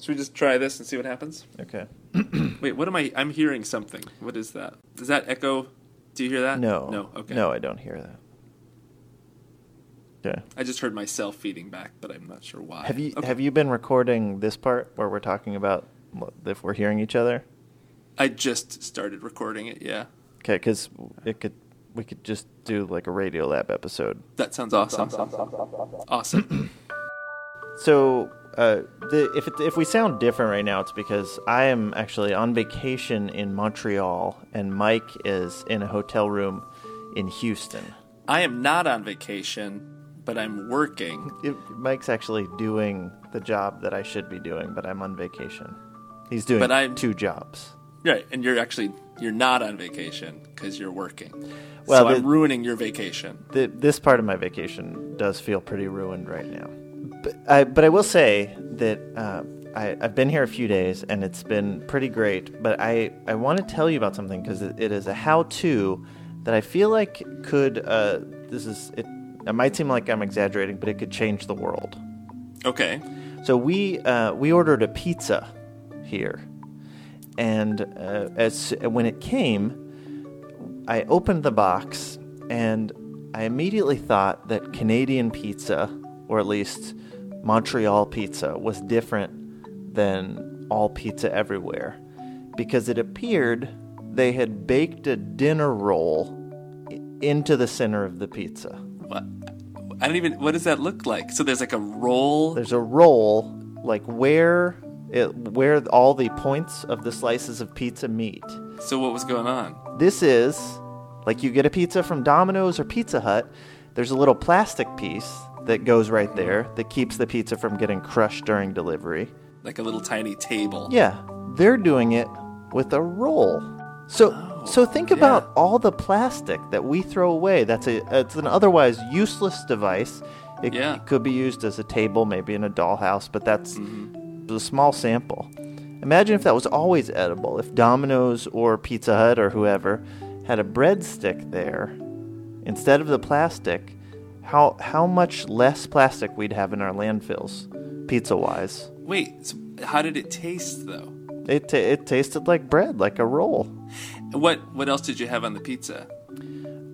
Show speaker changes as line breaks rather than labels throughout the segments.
Should we just try this and see what happens?
Okay.
Wait, what am I? I'm hearing something. What is that? Does that echo? Do you hear that?
No.
No. Okay.
No, I don't hear that. Okay.
I just heard myself feeding back, but I'm not sure why.
Have you
Okay.
have you been recording this part where we're talking about l- if we're hearing each other?
I just started recording it. Yeah,
Okay, because it could we could just do like a radio lab episode.
that sounds awesome. Awesome.
So uh, the, if it, if we sound different right now, it's because I am actually on vacation in Montreal and Mike is in a hotel room in Houston.
I am not on vacation, but I'm working.
It, Mike's actually doing the job that I should be doing, but I'm on vacation. He's doing
But I'm-
two jobs.
Right, and you're actually you're not on vacation because you're working.
Well,
so
the-
I'm ruining your vacation.
Th this part of my vacation does feel pretty ruined right now. But I, but I will say that uh, I, I've been here a few days and it's been pretty great. But I, I want to tell you about something because it, it is a how to that I feel like could. Uh, this is it, it might seem like I'm exaggerating, but it could change the world.
Okay.
So we uh, we ordered a pizza here, and uh, as when it came, I opened the box and I immediately thought that Canadian pizza, or at least Montreal pizza, was different than all pizza everywhere, because it appeared they had baked a dinner roll i- into the center of the pizza.
What? I don't even. What does that look like? So there's like a roll.
there's a roll like where it where all the points of the slices of pizza meet
So what was going on?
this is like you get a pizza from domino's or pizza hut there's a little plastic piece that goes right there that keeps the pizza from getting crushed during delivery
Like a little tiny table.
yeah they're doing it with a roll so so think about all the plastic that we throw away that's a it's an otherwise useless device it,
Yeah.
it could be used as a table maybe in a dollhouse but that's a small sample. Imagine if that was always edible. If Domino's or Pizza Hut or whoever had a breadstick there instead of the plastic, how how much less plastic we'd have in our landfills, pizza wise.
Wait. So how did it taste though?
It ta it tasted like bread, like a roll.
What What else did you have on the pizza?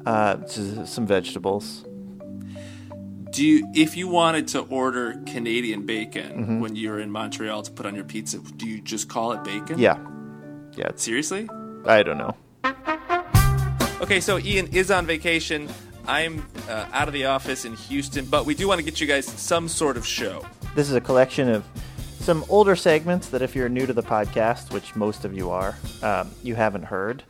Uh, s- some vegetables.
Do you, if you wanted to order Canadian bacon when you're in Montreal to put on your pizza, do you just call it bacon?
Yeah, yeah. It's,
Seriously?
I don't know.
Okay, so Ian is on vacation. I'm uh, out of the office in Houston, but we do want to get you guys some sort of show.
This is a collection of some older segments that, if you're new to the podcast, which most of you are, um, you haven't heard,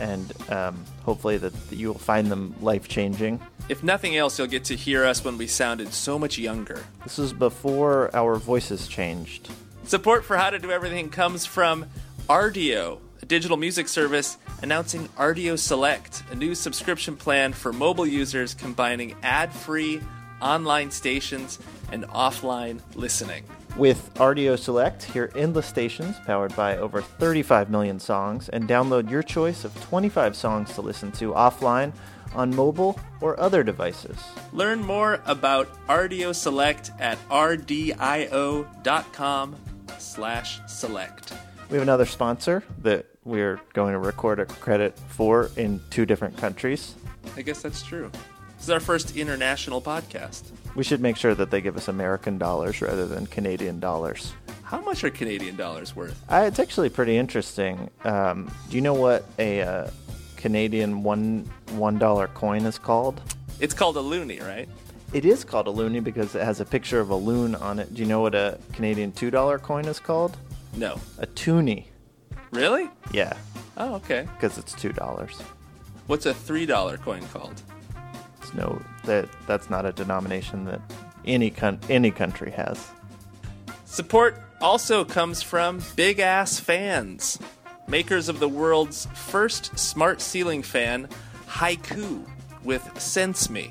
and um, hopefully that, that you will find them life changing.
If nothing else, you'll get to hear us when we sounded so much younger.
This was before our voices changed.
Support for How to Do Everything comes from RDO, a digital music service announcing RDO Select, a new subscription plan for mobile users combining ad free online stations and offline listening.
With RDO Select, hear endless stations powered by over 35 million songs and download your choice of 25 songs to listen to offline on mobile or other devices.
Learn more about RDO Select at rdio.com slash select.
We have another sponsor that we're going to record a credit for in two different countries.
I guess that's true. This is our first international podcast.
We should make sure that they give us American dollars rather than Canadian dollars.
How much are Canadian dollars worth?
Uh, it's actually pretty interesting. Um, do you know what a uh, Canadian one one dollar coin is called?
It's called a loonie, right?
It is called a loonie because it has a picture of a loon on it. Do you know what a Canadian two dollar coin is called?
No.
A toonie.
Really?
Yeah,
Oh, okay.
because it's two dollars.
What's a three dollar coin called?
It's no that that's not a denomination that any con- any country has.
Support also comes from Big Ass Fans, makers of the world's first smart ceiling fan, Haiku, with Sense Me.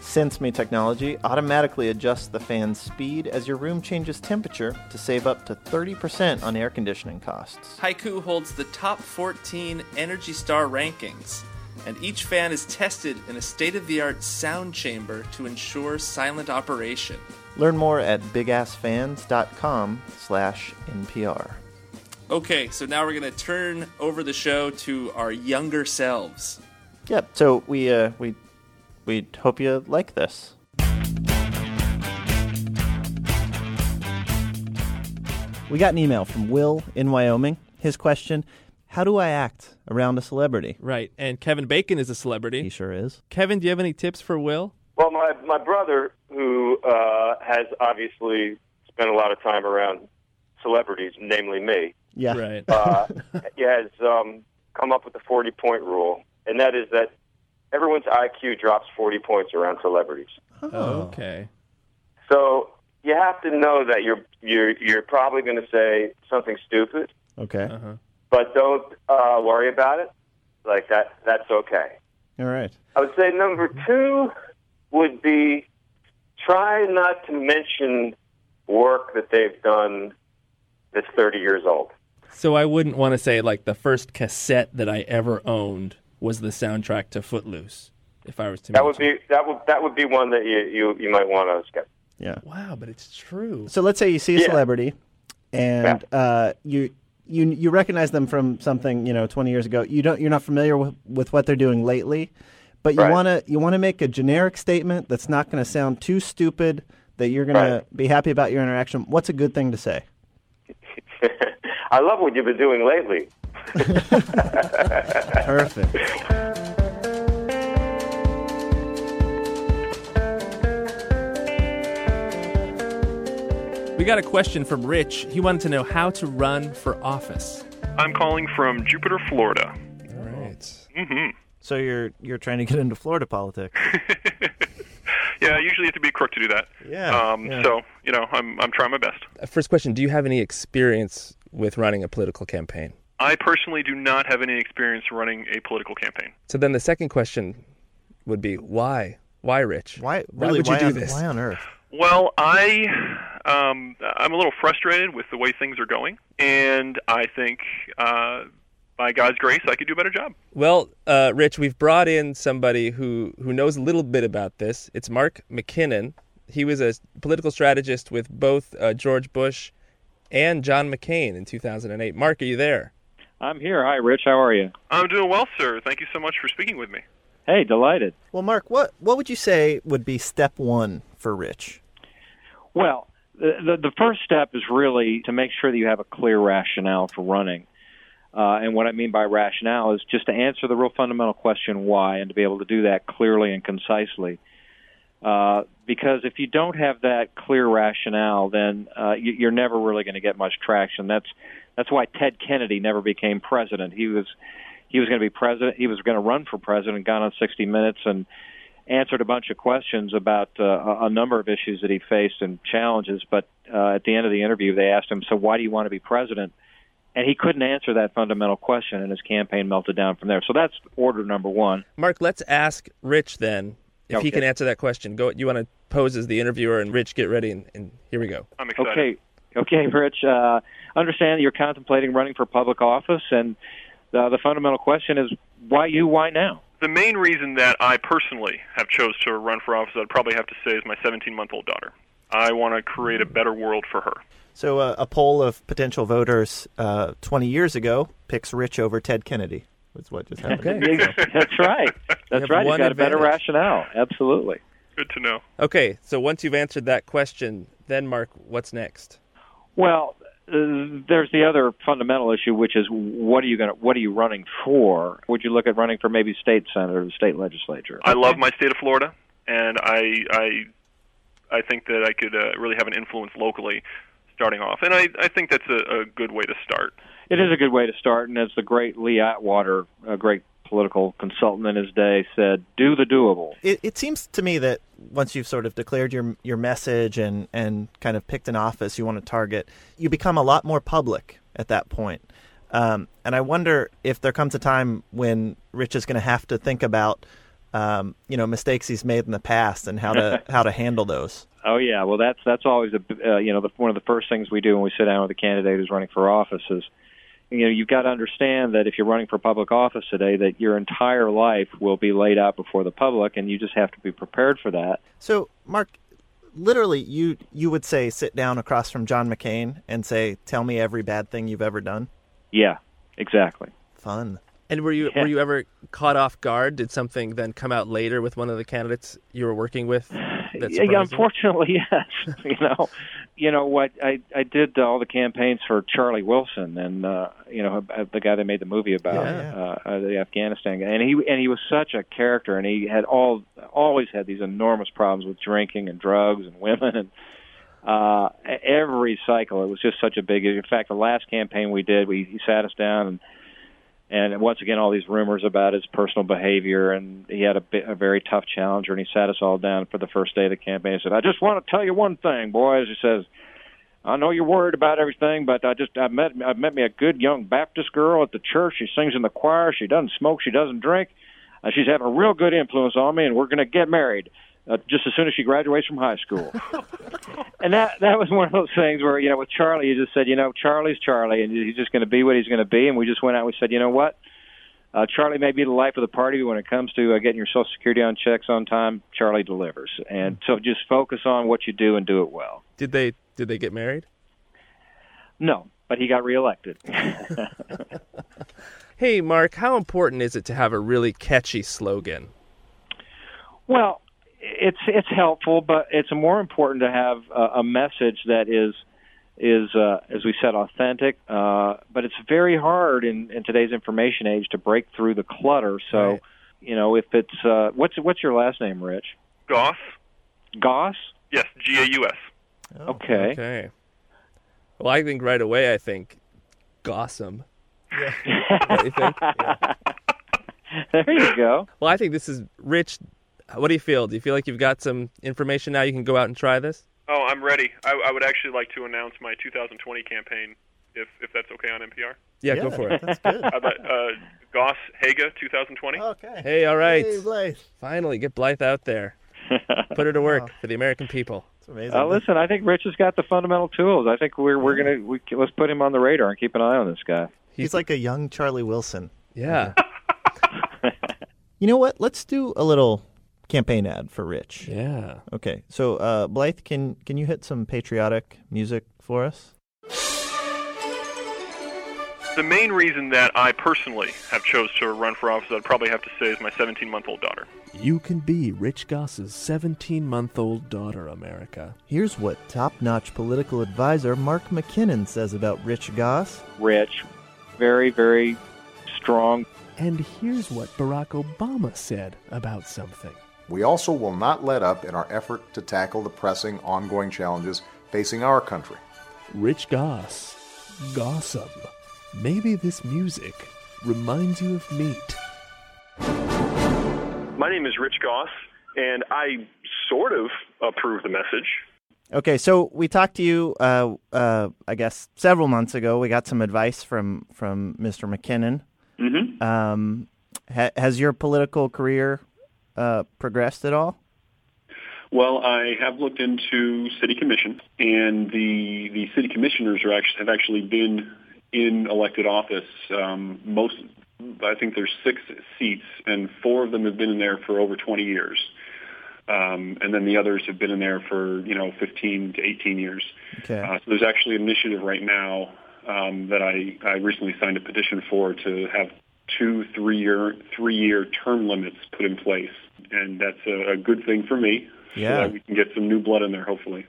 Sense Me technology automatically adjusts the fan's speed as your room changes temperature to save up to 30% on air conditioning costs.
Haiku holds the top 14 Energy Star rankings, and each fan is tested in a state of the art sound chamber to ensure silent operation.
Learn more at bigassfans.com slash NPR.
Okay, so now we're going to turn over the show to our younger selves.
Yep. So we uh, we we hope you like this.
We got an email from Will in Wyoming. His question: How do I act around a celebrity?
Right, and Kevin Bacon is
He
a celebrity.
sure is.
Kevin, do you have any tips for Will?
Well, my my brother, who uh, has obviously spent a lot of time around celebrities, namely me,
Yeah.
Right.
uh, he has um, come up with the forty point rule, and that is that everyone's IQ drops forty points around celebrities.
Oh. Okay.
So you have to know that you're you're you're probably going to say something stupid,
Okay.
Uh-huh.
but don't uh, worry about it. Like that, that's okay.
All right.
I would say number two would be try not to mention work that they've done that's 30 years old.
So I wouldn't want to say like the first cassette that I ever owned was the soundtrack to Footloose. If I was to
That would
mention-
be that would that would be one that you you, you might want to skip.
Yeah.
wow, but it's true.
So let's say you see a
Yeah.
celebrity, and uh, you you you recognize them from something you know 20 years ago. You don't you're not familiar with, with what they're doing lately, but you
Right.
wanna you wanna make a generic statement that's not gonna sound too stupid. That you're gonna
Right.
be happy about your interaction. What's a good thing to say?
I love what you've been doing lately.
Perfect.
We got a question from Rich. He wanted to know how to run for office.
I'm calling from Jupiter, Florida. Mm-hmm.
All right.
So you're you're trying to get into Florida politics.
Yeah, I usually have to be a crook to do that.
Yeah,
Um,
yeah.
So you know, I'm I'm trying my best.
Uh, First question, do you have any experience with running a political campaign?
I personally do not have any experience running a political campaign.
So then the second question would be why? Why Rich?
Why
Why
really
would you
why
do
on,
this?
Why on earth?
Well, I um, I'm a little frustrated with the way things are going, and I think uh, by God's grace, I could do a better job.
Well, uh, Rich, we've brought in somebody who, who knows a little bit about this. It's Mark McKinnon. He was a political strategist with both uh, George Bush and John McCain in 2008. Mark, are you there?
I'm here. Hi, Rich. How are you?
I'm doing well, sir. Thank you so much for speaking with me.
Hey, delighted.
Well, Mark, what what would you say would be step one for Rich?
Well, the, the, the first step is really to make sure that you have a clear rationale for running. Uh, and what I mean by rationale is just to answer the real fundamental question why and to be able to do that clearly and concisely. Uh, because if you don't have that clear rationale, then uh, you, you're never really going to get much traction. That's that's why Ted Kennedy never became president. He was he was going to be president. He was going to run for president. Gone on 60 Minutes and answered a bunch of questions about uh, a a number of issues that he faced and challenges. But uh, at the end of the interview, they asked him, "So why do you want to be president?" And he couldn't answer that fundamental question, and his campaign melted down from there. So that's order number one.
Mark, let's ask Rich then if he
Okay.
can answer that question. Go. You want to pose as the interviewer, and Rich, get ready, and, and here we go.
I'm excited.
Okay, okay, Rich. Uh, understand that you're contemplating running for public office, and uh, the fundamental question is why you, why now?
The main reason that I personally have chose to run for office, I'd probably have to say, is my 17 month old daughter. I want to create a better world for her.
So uh, a poll of potential voters uh, 20 years ago picks Rich over Ted Kennedy. That's what just happened.
That's right. That's
have
right.
one
You've got a better
advantage.
rationale. Absolutely.
Good to know.
Okay. So once you've answered that question, then Mark, what's next?
Well, uh, there's the other fundamental issue, which is what are you going to what are you running for? Would you look at running for maybe state senate or the state legislature?
I love my state of Florida, and I I I think that I could uh, really have an influence locally starting off, and I I think that's a, a good way to start.
It is a good way to start, and as the great Lee Atwater, a great political consultant in his day, said, "Do the doable."
It, it seems to me that once you've sort of declared your your message and and kind of picked an office you want to target, you become a lot more public at that point. Um, and I wonder if there comes a time when Rich is going to have to think about, um, you know, mistakes he's made in the past and how to how to handle those.
Oh yeah, well that's that's always a b- uh, you know the, one of the first things we do when we sit down with a candidate who's running for office is you know you've got to understand that if you're running for public office today that your entire life will be laid out before the public and you just have to be prepared for that.
So, Mark, literally you you would say sit down across from John McCain and say, "Tell me every bad thing you've ever done."
Yeah, exactly.
Fun.
And were you were you ever caught off guard? Did something then come out later with one of the candidates you were working with? That
Yeah,
surprised you?
unfortunately, yes. you know, you know what? I I did uh, all the campaigns for Charlie Wilson, and uh, you know the guy that made the movie about
Yeah.
uh, uh, the Afghanistan guy, and he and he was such a character, and he had all always had these enormous problems with drinking and drugs and women and. Uh, every cycle, it was just such a big issue. In fact, the last campaign we did, we he sat us down and and once again all these rumors about his personal behavior and he had a, bi- a very tough challenger and he sat us all down for the first day of the campaign and said i just want to tell you one thing boys he says i know you're worried about everything but i just i met i met me a good young baptist girl at the church she sings in the choir she doesn't smoke she doesn't drink uh, she's having a real good influence on me and we're going to get married uh, just as soon as she graduates from high school and that that was one of those things where you know with Charlie, you just said, you know, Charlie's Charlie, and he's just going to be what he's going to be. And we just went out. and We said, you know what, uh, Charlie may be the life of the party when it comes to uh, getting your Social Security on checks on time. Charlie delivers, and so just focus on what you do and do it well.
Did they did they get married?
No, but he got reelected.
Hey, Mark, how important is it to have a really catchy slogan?
Well, it's it's helpful, but it's more important to have a, a message that is is uh, as we said authentic. Uh, but it's very hard in, in today's information age to break through the clutter. So,
Right.
you know, if it's uh, what's what's your last name, Rich
Goss?
Goss?
Yes, G A U S.
okay.
Okay. Well, I think right away. I think Gossam. Yeah. Don't you think?
there you go.
Well, I think this is Rich. What do you feel? Do you feel like you've got some information now? You can go out and try this.
Oh, I'm ready. I, I would actually like to announce my 2020 campaign, if if that's okay on NPR.
Yeah, go for it.
That's good.
I'd like, uh, Goss Haga 2020.
okay.
Hey, all right.
Hey, Blythe. Oh.
Finally, get Blythe out there. Put her to work for the American people.
It's amazing.
Uh, listen, I think Rich has got the fundamental tools. I think we're we're gonna we, let's put him on the radar and keep an eye on this guy.
He's like a young Charlie Wilson.
Yeah.
You know what? Let's do a little campaign ad for Rich.
Yeah.
Okay. So, uh, Blythe, can can you hit some patriotic music for us?
The main reason that I personally have chose to run for office, I'd probably have to say, is my 17-month-old daughter.
You can be Rich Goss's 17 month old daughter, America.
Here's what top-notch political advisor Mark McKinnon says about Rich Goss.
Rich, very very strong
And here's what Barack Obama said about something.
We also will not let up in our effort to tackle the pressing ongoing challenges facing our country.
Rich Goss. Gossam. Maybe this music reminds you of meat.
My name is Rich Goss, and I sort of approve the message.
Okay, so we talked to you, uh, uh, I guess, several months ago. We got some advice from from Mr. McKinnon. Mm-hmm. Um, ha- has your political career uh, progressed at all?
Well, I have looked into city commission, and the the city commissioners are actually have actually been in elected office. Um, most, I think there's six seats, and four of them have been in there for over 20 years, um, and then the others have been in there for you know 15 to 18 years.
Okay.
Uh, so there's actually an initiative right now um, that I, I recently signed a petition for to have two three-year three-year term limits put in place, and that's a, a good thing for me.
Yeah.
So that we can get some new blood in there, hopefully.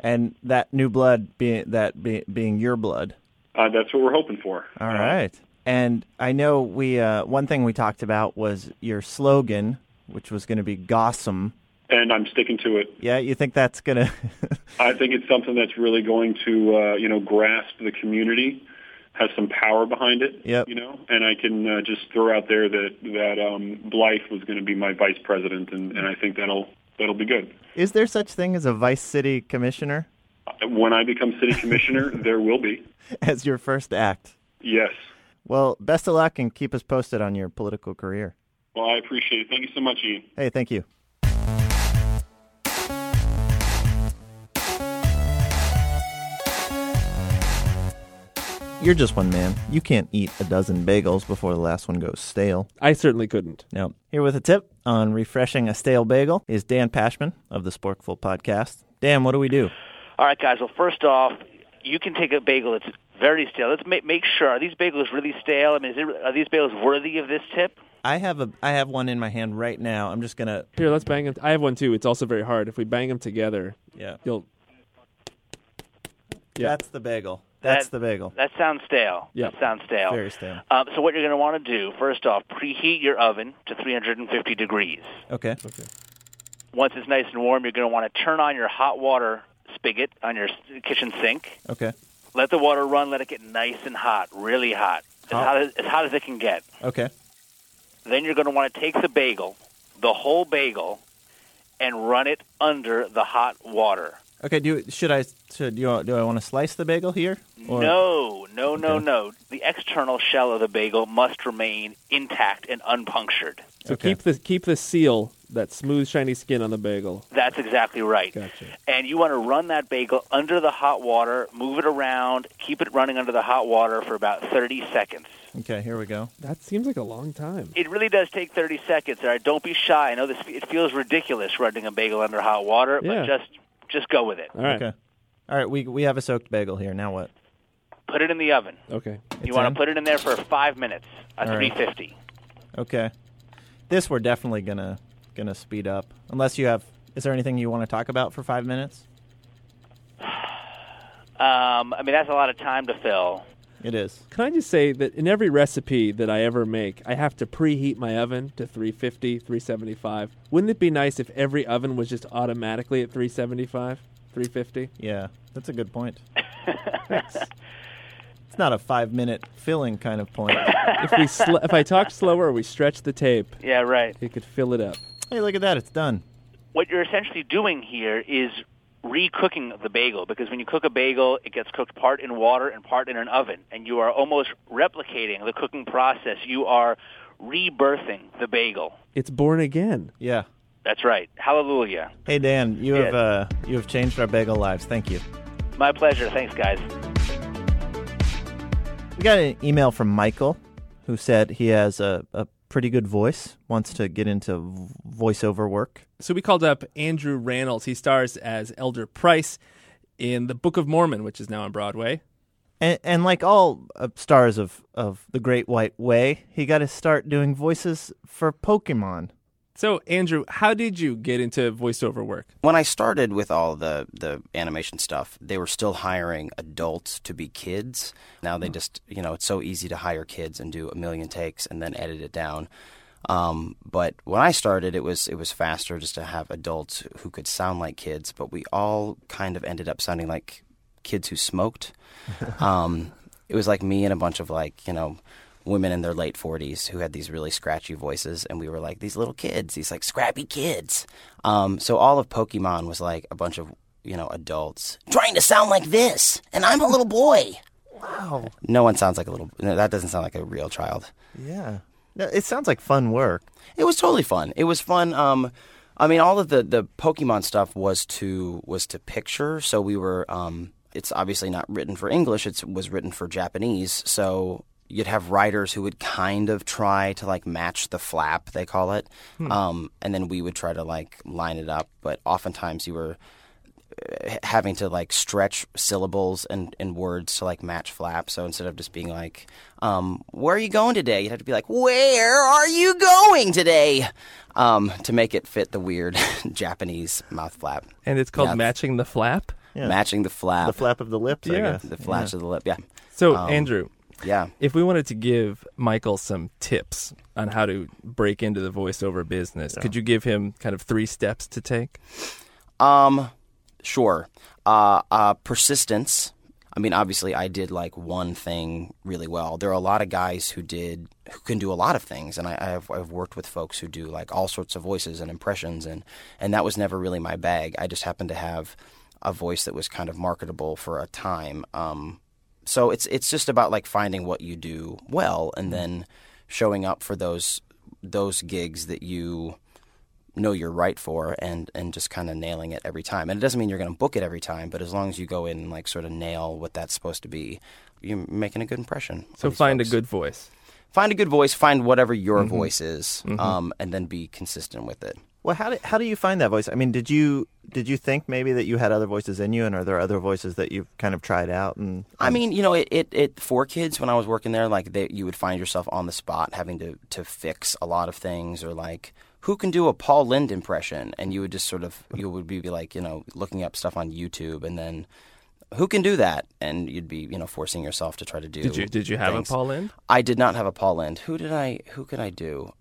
and that new blood being that be- being your blood.
Uh, that's what we're hoping for.
All right. And I know we uh, one thing we talked about was your slogan, which was going to be "Gossam."
And I'm sticking to it.
Yeah, you think that's gonna?
I think it's something that's really going to, uh, you know, grasp the community, has some power behind it.
Yep.
You know, and I can uh, just throw out there that that um, Blythe was going to be my vice president, and, and I think that'll that'll be good.
Is there such thing as a vice city commissioner
When I become city commissioner, there will be.
as your first act?
Yes.
Well, best of luck and keep us posted on your political career.
Well, I appreciate it. Thank you so much, Ian.
Hey, thank you. You're just one man. You can't eat a dozen bagels before the last one goes stale.
I certainly couldn't.
No. Here with a tip on refreshing a stale bagel is Dan Pashman of the Sporkful Podcast. Dan, what do we do?
All right, guys. Well, first off, you can take a bagel that's very stale. Let's make make sure are these bagels really stale? I mean, is it, are these bagels worthy of this tip?
I have a I have one in my hand right now. I'm just gonna
Here, let's bang them. I have one too. It's also very hard. If we bang them together,
yeah,
you'll
Yeah. That's the bagel. That's the bagel.
That sounds stale.
Yeah.
That sounds stale.
Very stale.
Um, so what you're going to want to do, first off, preheat your oven to 350 degrees.
Okay. Okay.
Once it's nice and warm, you're going to want to turn on your hot water spigot on your s- kitchen sink.
Okay.
Let the water run. Let it get nice and hot, really hot, as
Hot.
hot as, as, hot as it can get.
Okay.
Then you're going to want to take the bagel, the whole bagel, and run it under the hot water.
Okay. Do you- should I should do you, do I want to slice the bagel here? Or-
no, no, no,
Okay.
no. The external shell of the bagel must remain intact and unpunctured.
so keep the keep the seal that smooth shiny skin on the bagel.
That's exactly right.
Gotcha.
And you want to run that bagel under the hot water, move it around, keep it running under the hot water for about 30 seconds.
Okay. Here we go.
That seems like a long time.
It really does take 30 seconds. All right, don't be shy. I know this it feels ridiculous running a bagel under hot water,
Yeah.
but just just go with it.
All right.
Okay. All right. We we have a soaked bagel here. Now what?
Put it in the oven.
Okay.
you want
in?
to put it in there for 5 minutes at
All right.
350.
Okay. This we're definitely gonna gonna speed up. Unless you have, is there anything you want to talk about for five minutes?
Um, I mean, that's a lot of time to fill.
It is.
Can I just say that in every recipe that I ever make, I have to preheat my oven to 350, 375. Wouldn't it be nice if every oven was just automatically at 375, 350?
Yeah, that's a good point. It's not a five minute filling kind of point.
if we sl- if I talk slower, or we stretch the tape.
Yeah, right.
It could fill it up.
Hey, look at that. It's done.
What you're essentially doing here is re-cooking the bagel because when you cook a bagel, it gets cooked part in water and part in an oven, and you are almost replicating the cooking process. You are rebirthing the bagel.
It's born again.
Yeah.
That's right. Hallelujah.
Hey Dan, you
Yeah.
have uh, you have changed our bagel lives. Thank you.
My pleasure. Thanks, guys.
We got an email from Michael, who said he has a, a pretty good voice, wants to get into v- voiceover work.
So we called up Andrew Rannells. He stars as Elder Price in The Book of Mormon, which is now on Broadway.
And, and like all uh, stars of, of the Great White Way, he got to start doing voices for Pokemon.
So, Andrew, how did you get into voiceover work?
When I started with all the, the animation stuff, they were still hiring adults to be kids. Now they just, you know, it's so easy to hire kids and do a million takes and then edit it down. Um, but when I started, it was it was faster just to have adults who could sound like kids. But we all kind of ended up sounding like kids who smoked. um, it was like me and a bunch of like you know women in their late 40s who had these really scratchy voices and we were like these little kids these like scrappy kids um, so all of pokemon was like a bunch of you know adults trying to sound like this, and I'm a little boy.
Wow.
no one sounds like a little no, that doesn't sound like a real child
Yeah. No, it sounds like fun work.
It was totally fun. It was fun. Um, I mean, all of the, the Pokemon stuff was to was to picture. So we were. Um, it's obviously not written for English. It was written for Japanese. So you'd have writers who would kind of try to like match the flap they call it,
Hmm.
um, and then we would try to like line it up. But oftentimes you were uh, having to like stretch syllables and, and words to like match flap. So instead of just being like, um, "Where are you going today?" you'd have to be like, "Where are you going today?" Um, to make it fit the weird Japanese mouth flap.
And it's called
Yeah.
matching the flap.
Matching the flap, the
flap of the lips,
I Yeah. guess.
the flash
Yeah.
of the lip. Yeah.
So,
Um,
Andrew,
yeah,
if we wanted to give Michael some tips on how to break into the voiceover business, could you give him kind of three steps to take?
Um, sure. Uh, uh, persistence. I mean, obviously, I did like one thing really well. There are a lot of guys who did who can do a lot of things, and I, I have, I've worked with folks who do like all sorts of voices and impressions, and and that was never really my bag. I just happened to have a voice that was kind of marketable for a time. Um, so it's it's just about like finding what you do
Mm-hmm.
well, and then showing up for those those gigs that you know you're right for and and just kind of nailing it every time. And it doesn't mean you're going to book it every time, but as long as you go in and like sort of nail what that's supposed to be, you're making a good impression.
So
These
find a
folks.
good voice. Mm-hmm.
Find a good voice. Find whatever your
Mhm.
voice is,
Mhm.
um, and then be consistent with it.
Well, how do, how do you find that voice? I mean, did you did you think maybe that you had other voices in you, and are there other voices that you've kind of tried out? And
I mean, you know, it, it, it for kids when I was working there, like they, you would find yourself on the spot having to, to fix a lot of things or like who can do a Paul Lind impression? And you would just sort of you would be like, you know, looking up stuff on YouTube and then who can do that? And you'd be, you know, forcing yourself to try to do
Did you- did you have a
things.
Paul Lind?
I did not have a Paul Lind. Who did I who could I do?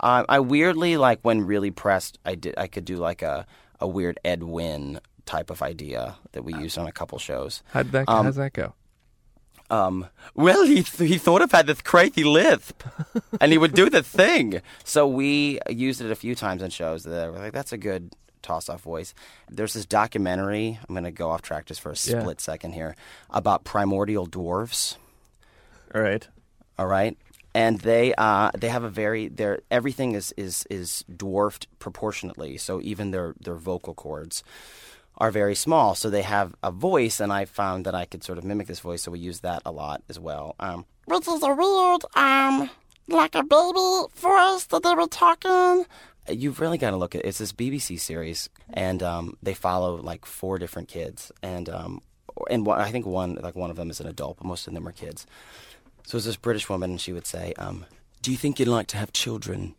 Um, I weirdly like when really pressed, I did I could do like a, a weird Ed Wynn type of idea that we used on a couple shows.
Uh. How'd that,
Um,
how's that go?
um, well, he, th- he thought of had this crazy lisp, and he would do the thing. So we used it a few times in shows. That were like, that's a good toss-off voice. There's this documentary. I'm going to go off track just for a
Yeah.
split second here about primordial dwarves.
All right.
All right. And they uh, they have a very their everything is, is is dwarfed proportionately. So even their their vocal cords are very small. So they have a voice, and I found that I could sort of mimic this voice. So we use that a lot as well. Um,
This is a weird, um, like a baby voice that they were talking.
you've really got to look at it's this BBC series, and um, they follow like four different kids, and um, and one, I think one like one of them is an adult, but most of them are kids. So it's this British woman, and she would say, um, "Do you think you'd like to have children?"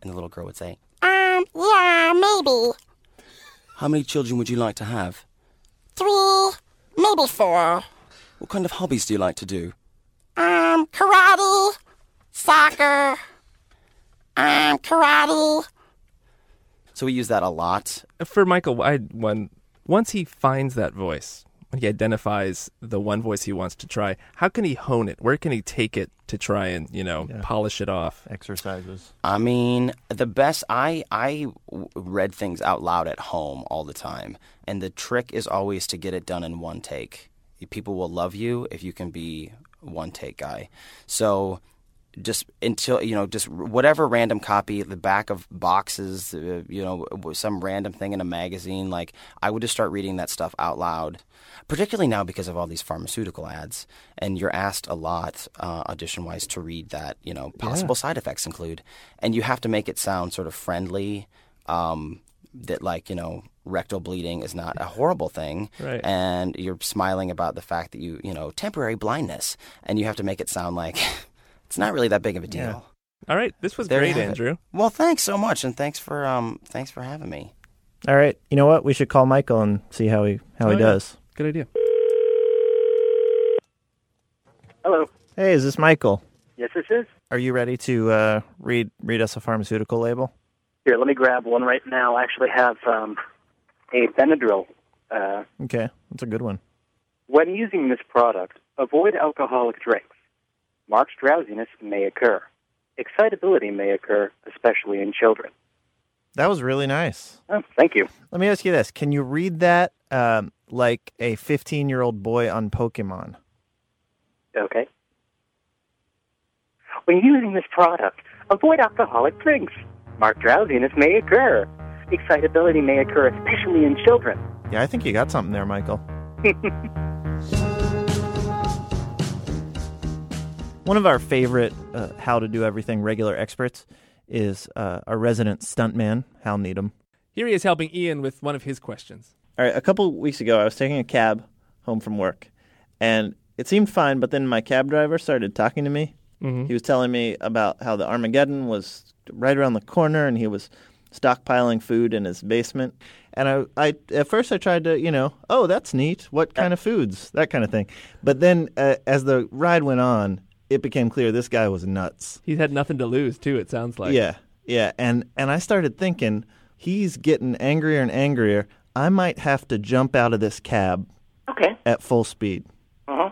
And the little girl would say,
Um, yeah, maybe
"How many children would you like to have?
three, maybe four.
What kind of hobbies do you like to do?"
Um, karate, soccer, um, karate.
So we use that a lot.
For Michael, I one once he finds that voice, when he identifies the one voice he wants to try, how can he hone it? Where can he take it to try and you know polish it off?
Exercises.
I mean, the best I I w- read things out loud at home all the time, and the trick is always to get it done in one take. People will love you if you can be one take guy. So just until you know just whatever random copy the back of boxes uh, you know some random thing in a magazine like i would just start reading that stuff out loud particularly now because of all these pharmaceutical ads and you're asked a lot uh, audition wise to read that you know possible side effects include and you have to make it sound sort of friendly um, that like you know rectal bleeding is not a horrible thing
Right.
and you're smiling about the fact that you you know temporary blindness and you have to make it sound like it's not really that big of a deal
All right, this was
There you
great,
have it.
Andrew.
well thanks so much and thanks for um thanks for having me
All right, you know what? We should call Michael and see how he how he
Oh, yeah.
does.
Good idea.
Hello.
Hey, is this Michael?
Yes, this is.
Are you ready to uh, read read us a pharmaceutical label?
Here, let me grab one right now. I actually have um, a Benadryl. Uh,
Okay, that's a good one.
when using this product, avoid alcoholic drinks. Marked drowsiness may occur. Excitability may occur, especially in children.
That was really nice.
Oh, thank you.
Let me ask you this: Can you read that um, like a fifteen year old boy on Pokemon?
Okay. When using this product, avoid alcoholic drinks. Marked drowsiness may occur. Excitability may occur, especially in children.
Yeah, I think you got something there, Michael. One of our favorite uh, how to do everything regular experts is uh, our resident stuntman, Hal Needham.
Here he is helping Ian with one of his questions.
All right, a couple weeks ago, I was taking a cab home from work, and it seemed fine. But then my cab driver started talking to me.
Mhm.
He was telling me about how the Armageddon was right around the corner, and he was stockpiling food in his basement. And I, I at first I tried to, you know, oh, that's neat. What kind of foods? That kind of thing. But then, uh, as the ride went on, it became clear this guy was nuts.
He's had nothing to lose too. It sounds like
Yeah, yeah, and and I started thinking he's getting angrier and angrier. I might have to jump out of this cab.
Okay.
At full speed.
Uh-huh.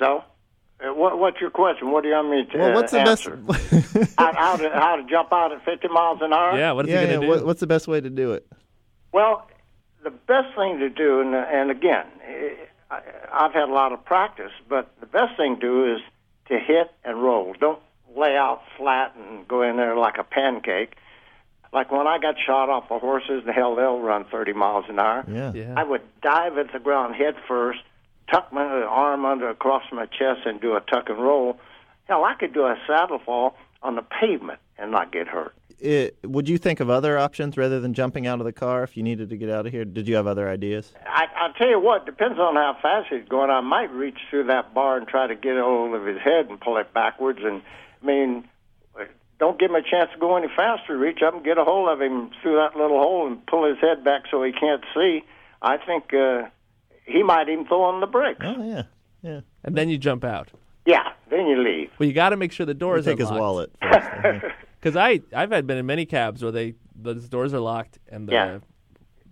So, uh, what, what's your question? What do you want me to
Well,
uh,
what's the best?
answer? how, how, to, how to jump out at 50 miles an hour?
yeah, yeah, What, what's the best way to do it?
Well, the best thing to do, and, and again, eh, I, I've had a lot of practice, but the best thing to do is to hit and roll. Don't lay out flat and go in there like a pancake. Like when I got shot off the horses, the hell they'll run 30 miles an hour.
Yeah.
I would dive at the ground head first, tuck my arm under across my chest, and do a tuck and roll. Hell, I could do a saddle fall on the pavement and not get hurt.
It, would you think of other options rather than jumping out of the car if you needed to get out of here? Did you have other ideas?
I, I tell you what, depends on how fast he's going. I might reach through that bar and try to get hold of his head and pull it backwards. And I mean, don't give him a chance to go any faster. Reach up and get a hold of him through that little hole and pull his head back so he can't see. I think uh, he might even throw on the brakes.
Oh yeah,
Yeah. And then you jump out.
yeah. Then you leave.
Well, you got to make sure the door is
take his
unlocked.
wallet
Because I I've had been in many cabs where they those doors are locked and the
Yeah.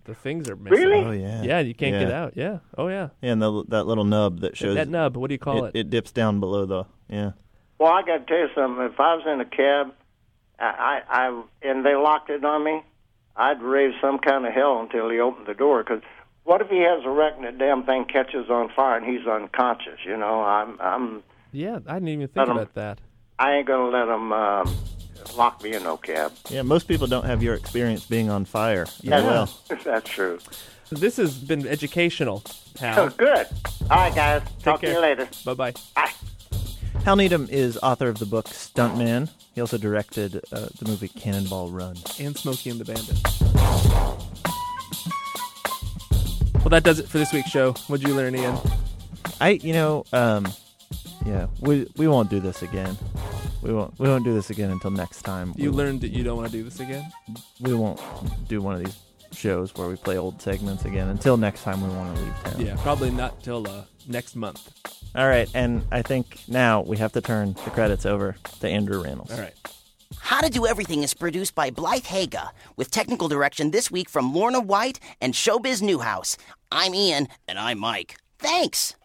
the things are missing.
Really?
Oh, yeah.
Yeah, you can't get
Yeah.
out. Yeah. Oh yeah.
Yeah, and the, that little nub that shows
that nub, what do you call it?
It, dips down below the yeah.
Well, I got to tell you something. If I was in a cab, I, I, I and they locked it on me, I'd raise some kind of hell until he opened the door. Because what if he has a wreck and the damn thing catches on fire and he's unconscious? You know, I'm, I'm,
Yeah, I didn't even think
Let 'em-
about that.
I ain't gonna let him um, lock me in no cab.
Yeah, most people don't have your experience being on fire as
That's-
well.
that's true.
This has been educational,
So
Hal.
good. All right, guys. Talk to
care.
you later.
Bye bye.
Hal Needham is author of the book Stuntman. He also directed uh, the movie Cannonball Run.
And Smokey and the Bandit. Well, that does it for this week's show. What'd you learn, Ian?
I, you know, um, yeah, we we won't do this again. We won't we won't do this again until next time.
You
we,
learned that you don't want to do this again.
we won't do one of these shows where we play old segments again until next time we want to leave town.
Yeah, probably not till uh, next month.
All right, and I think now we have to turn the credits over to Andrew Reynolds.
All right.
How to Do Everything is produced by Blythe Haga, with technical direction this week from Lorna White and Showbiz Newhouse. I'm Ian.
And I'm Mike. Thanks.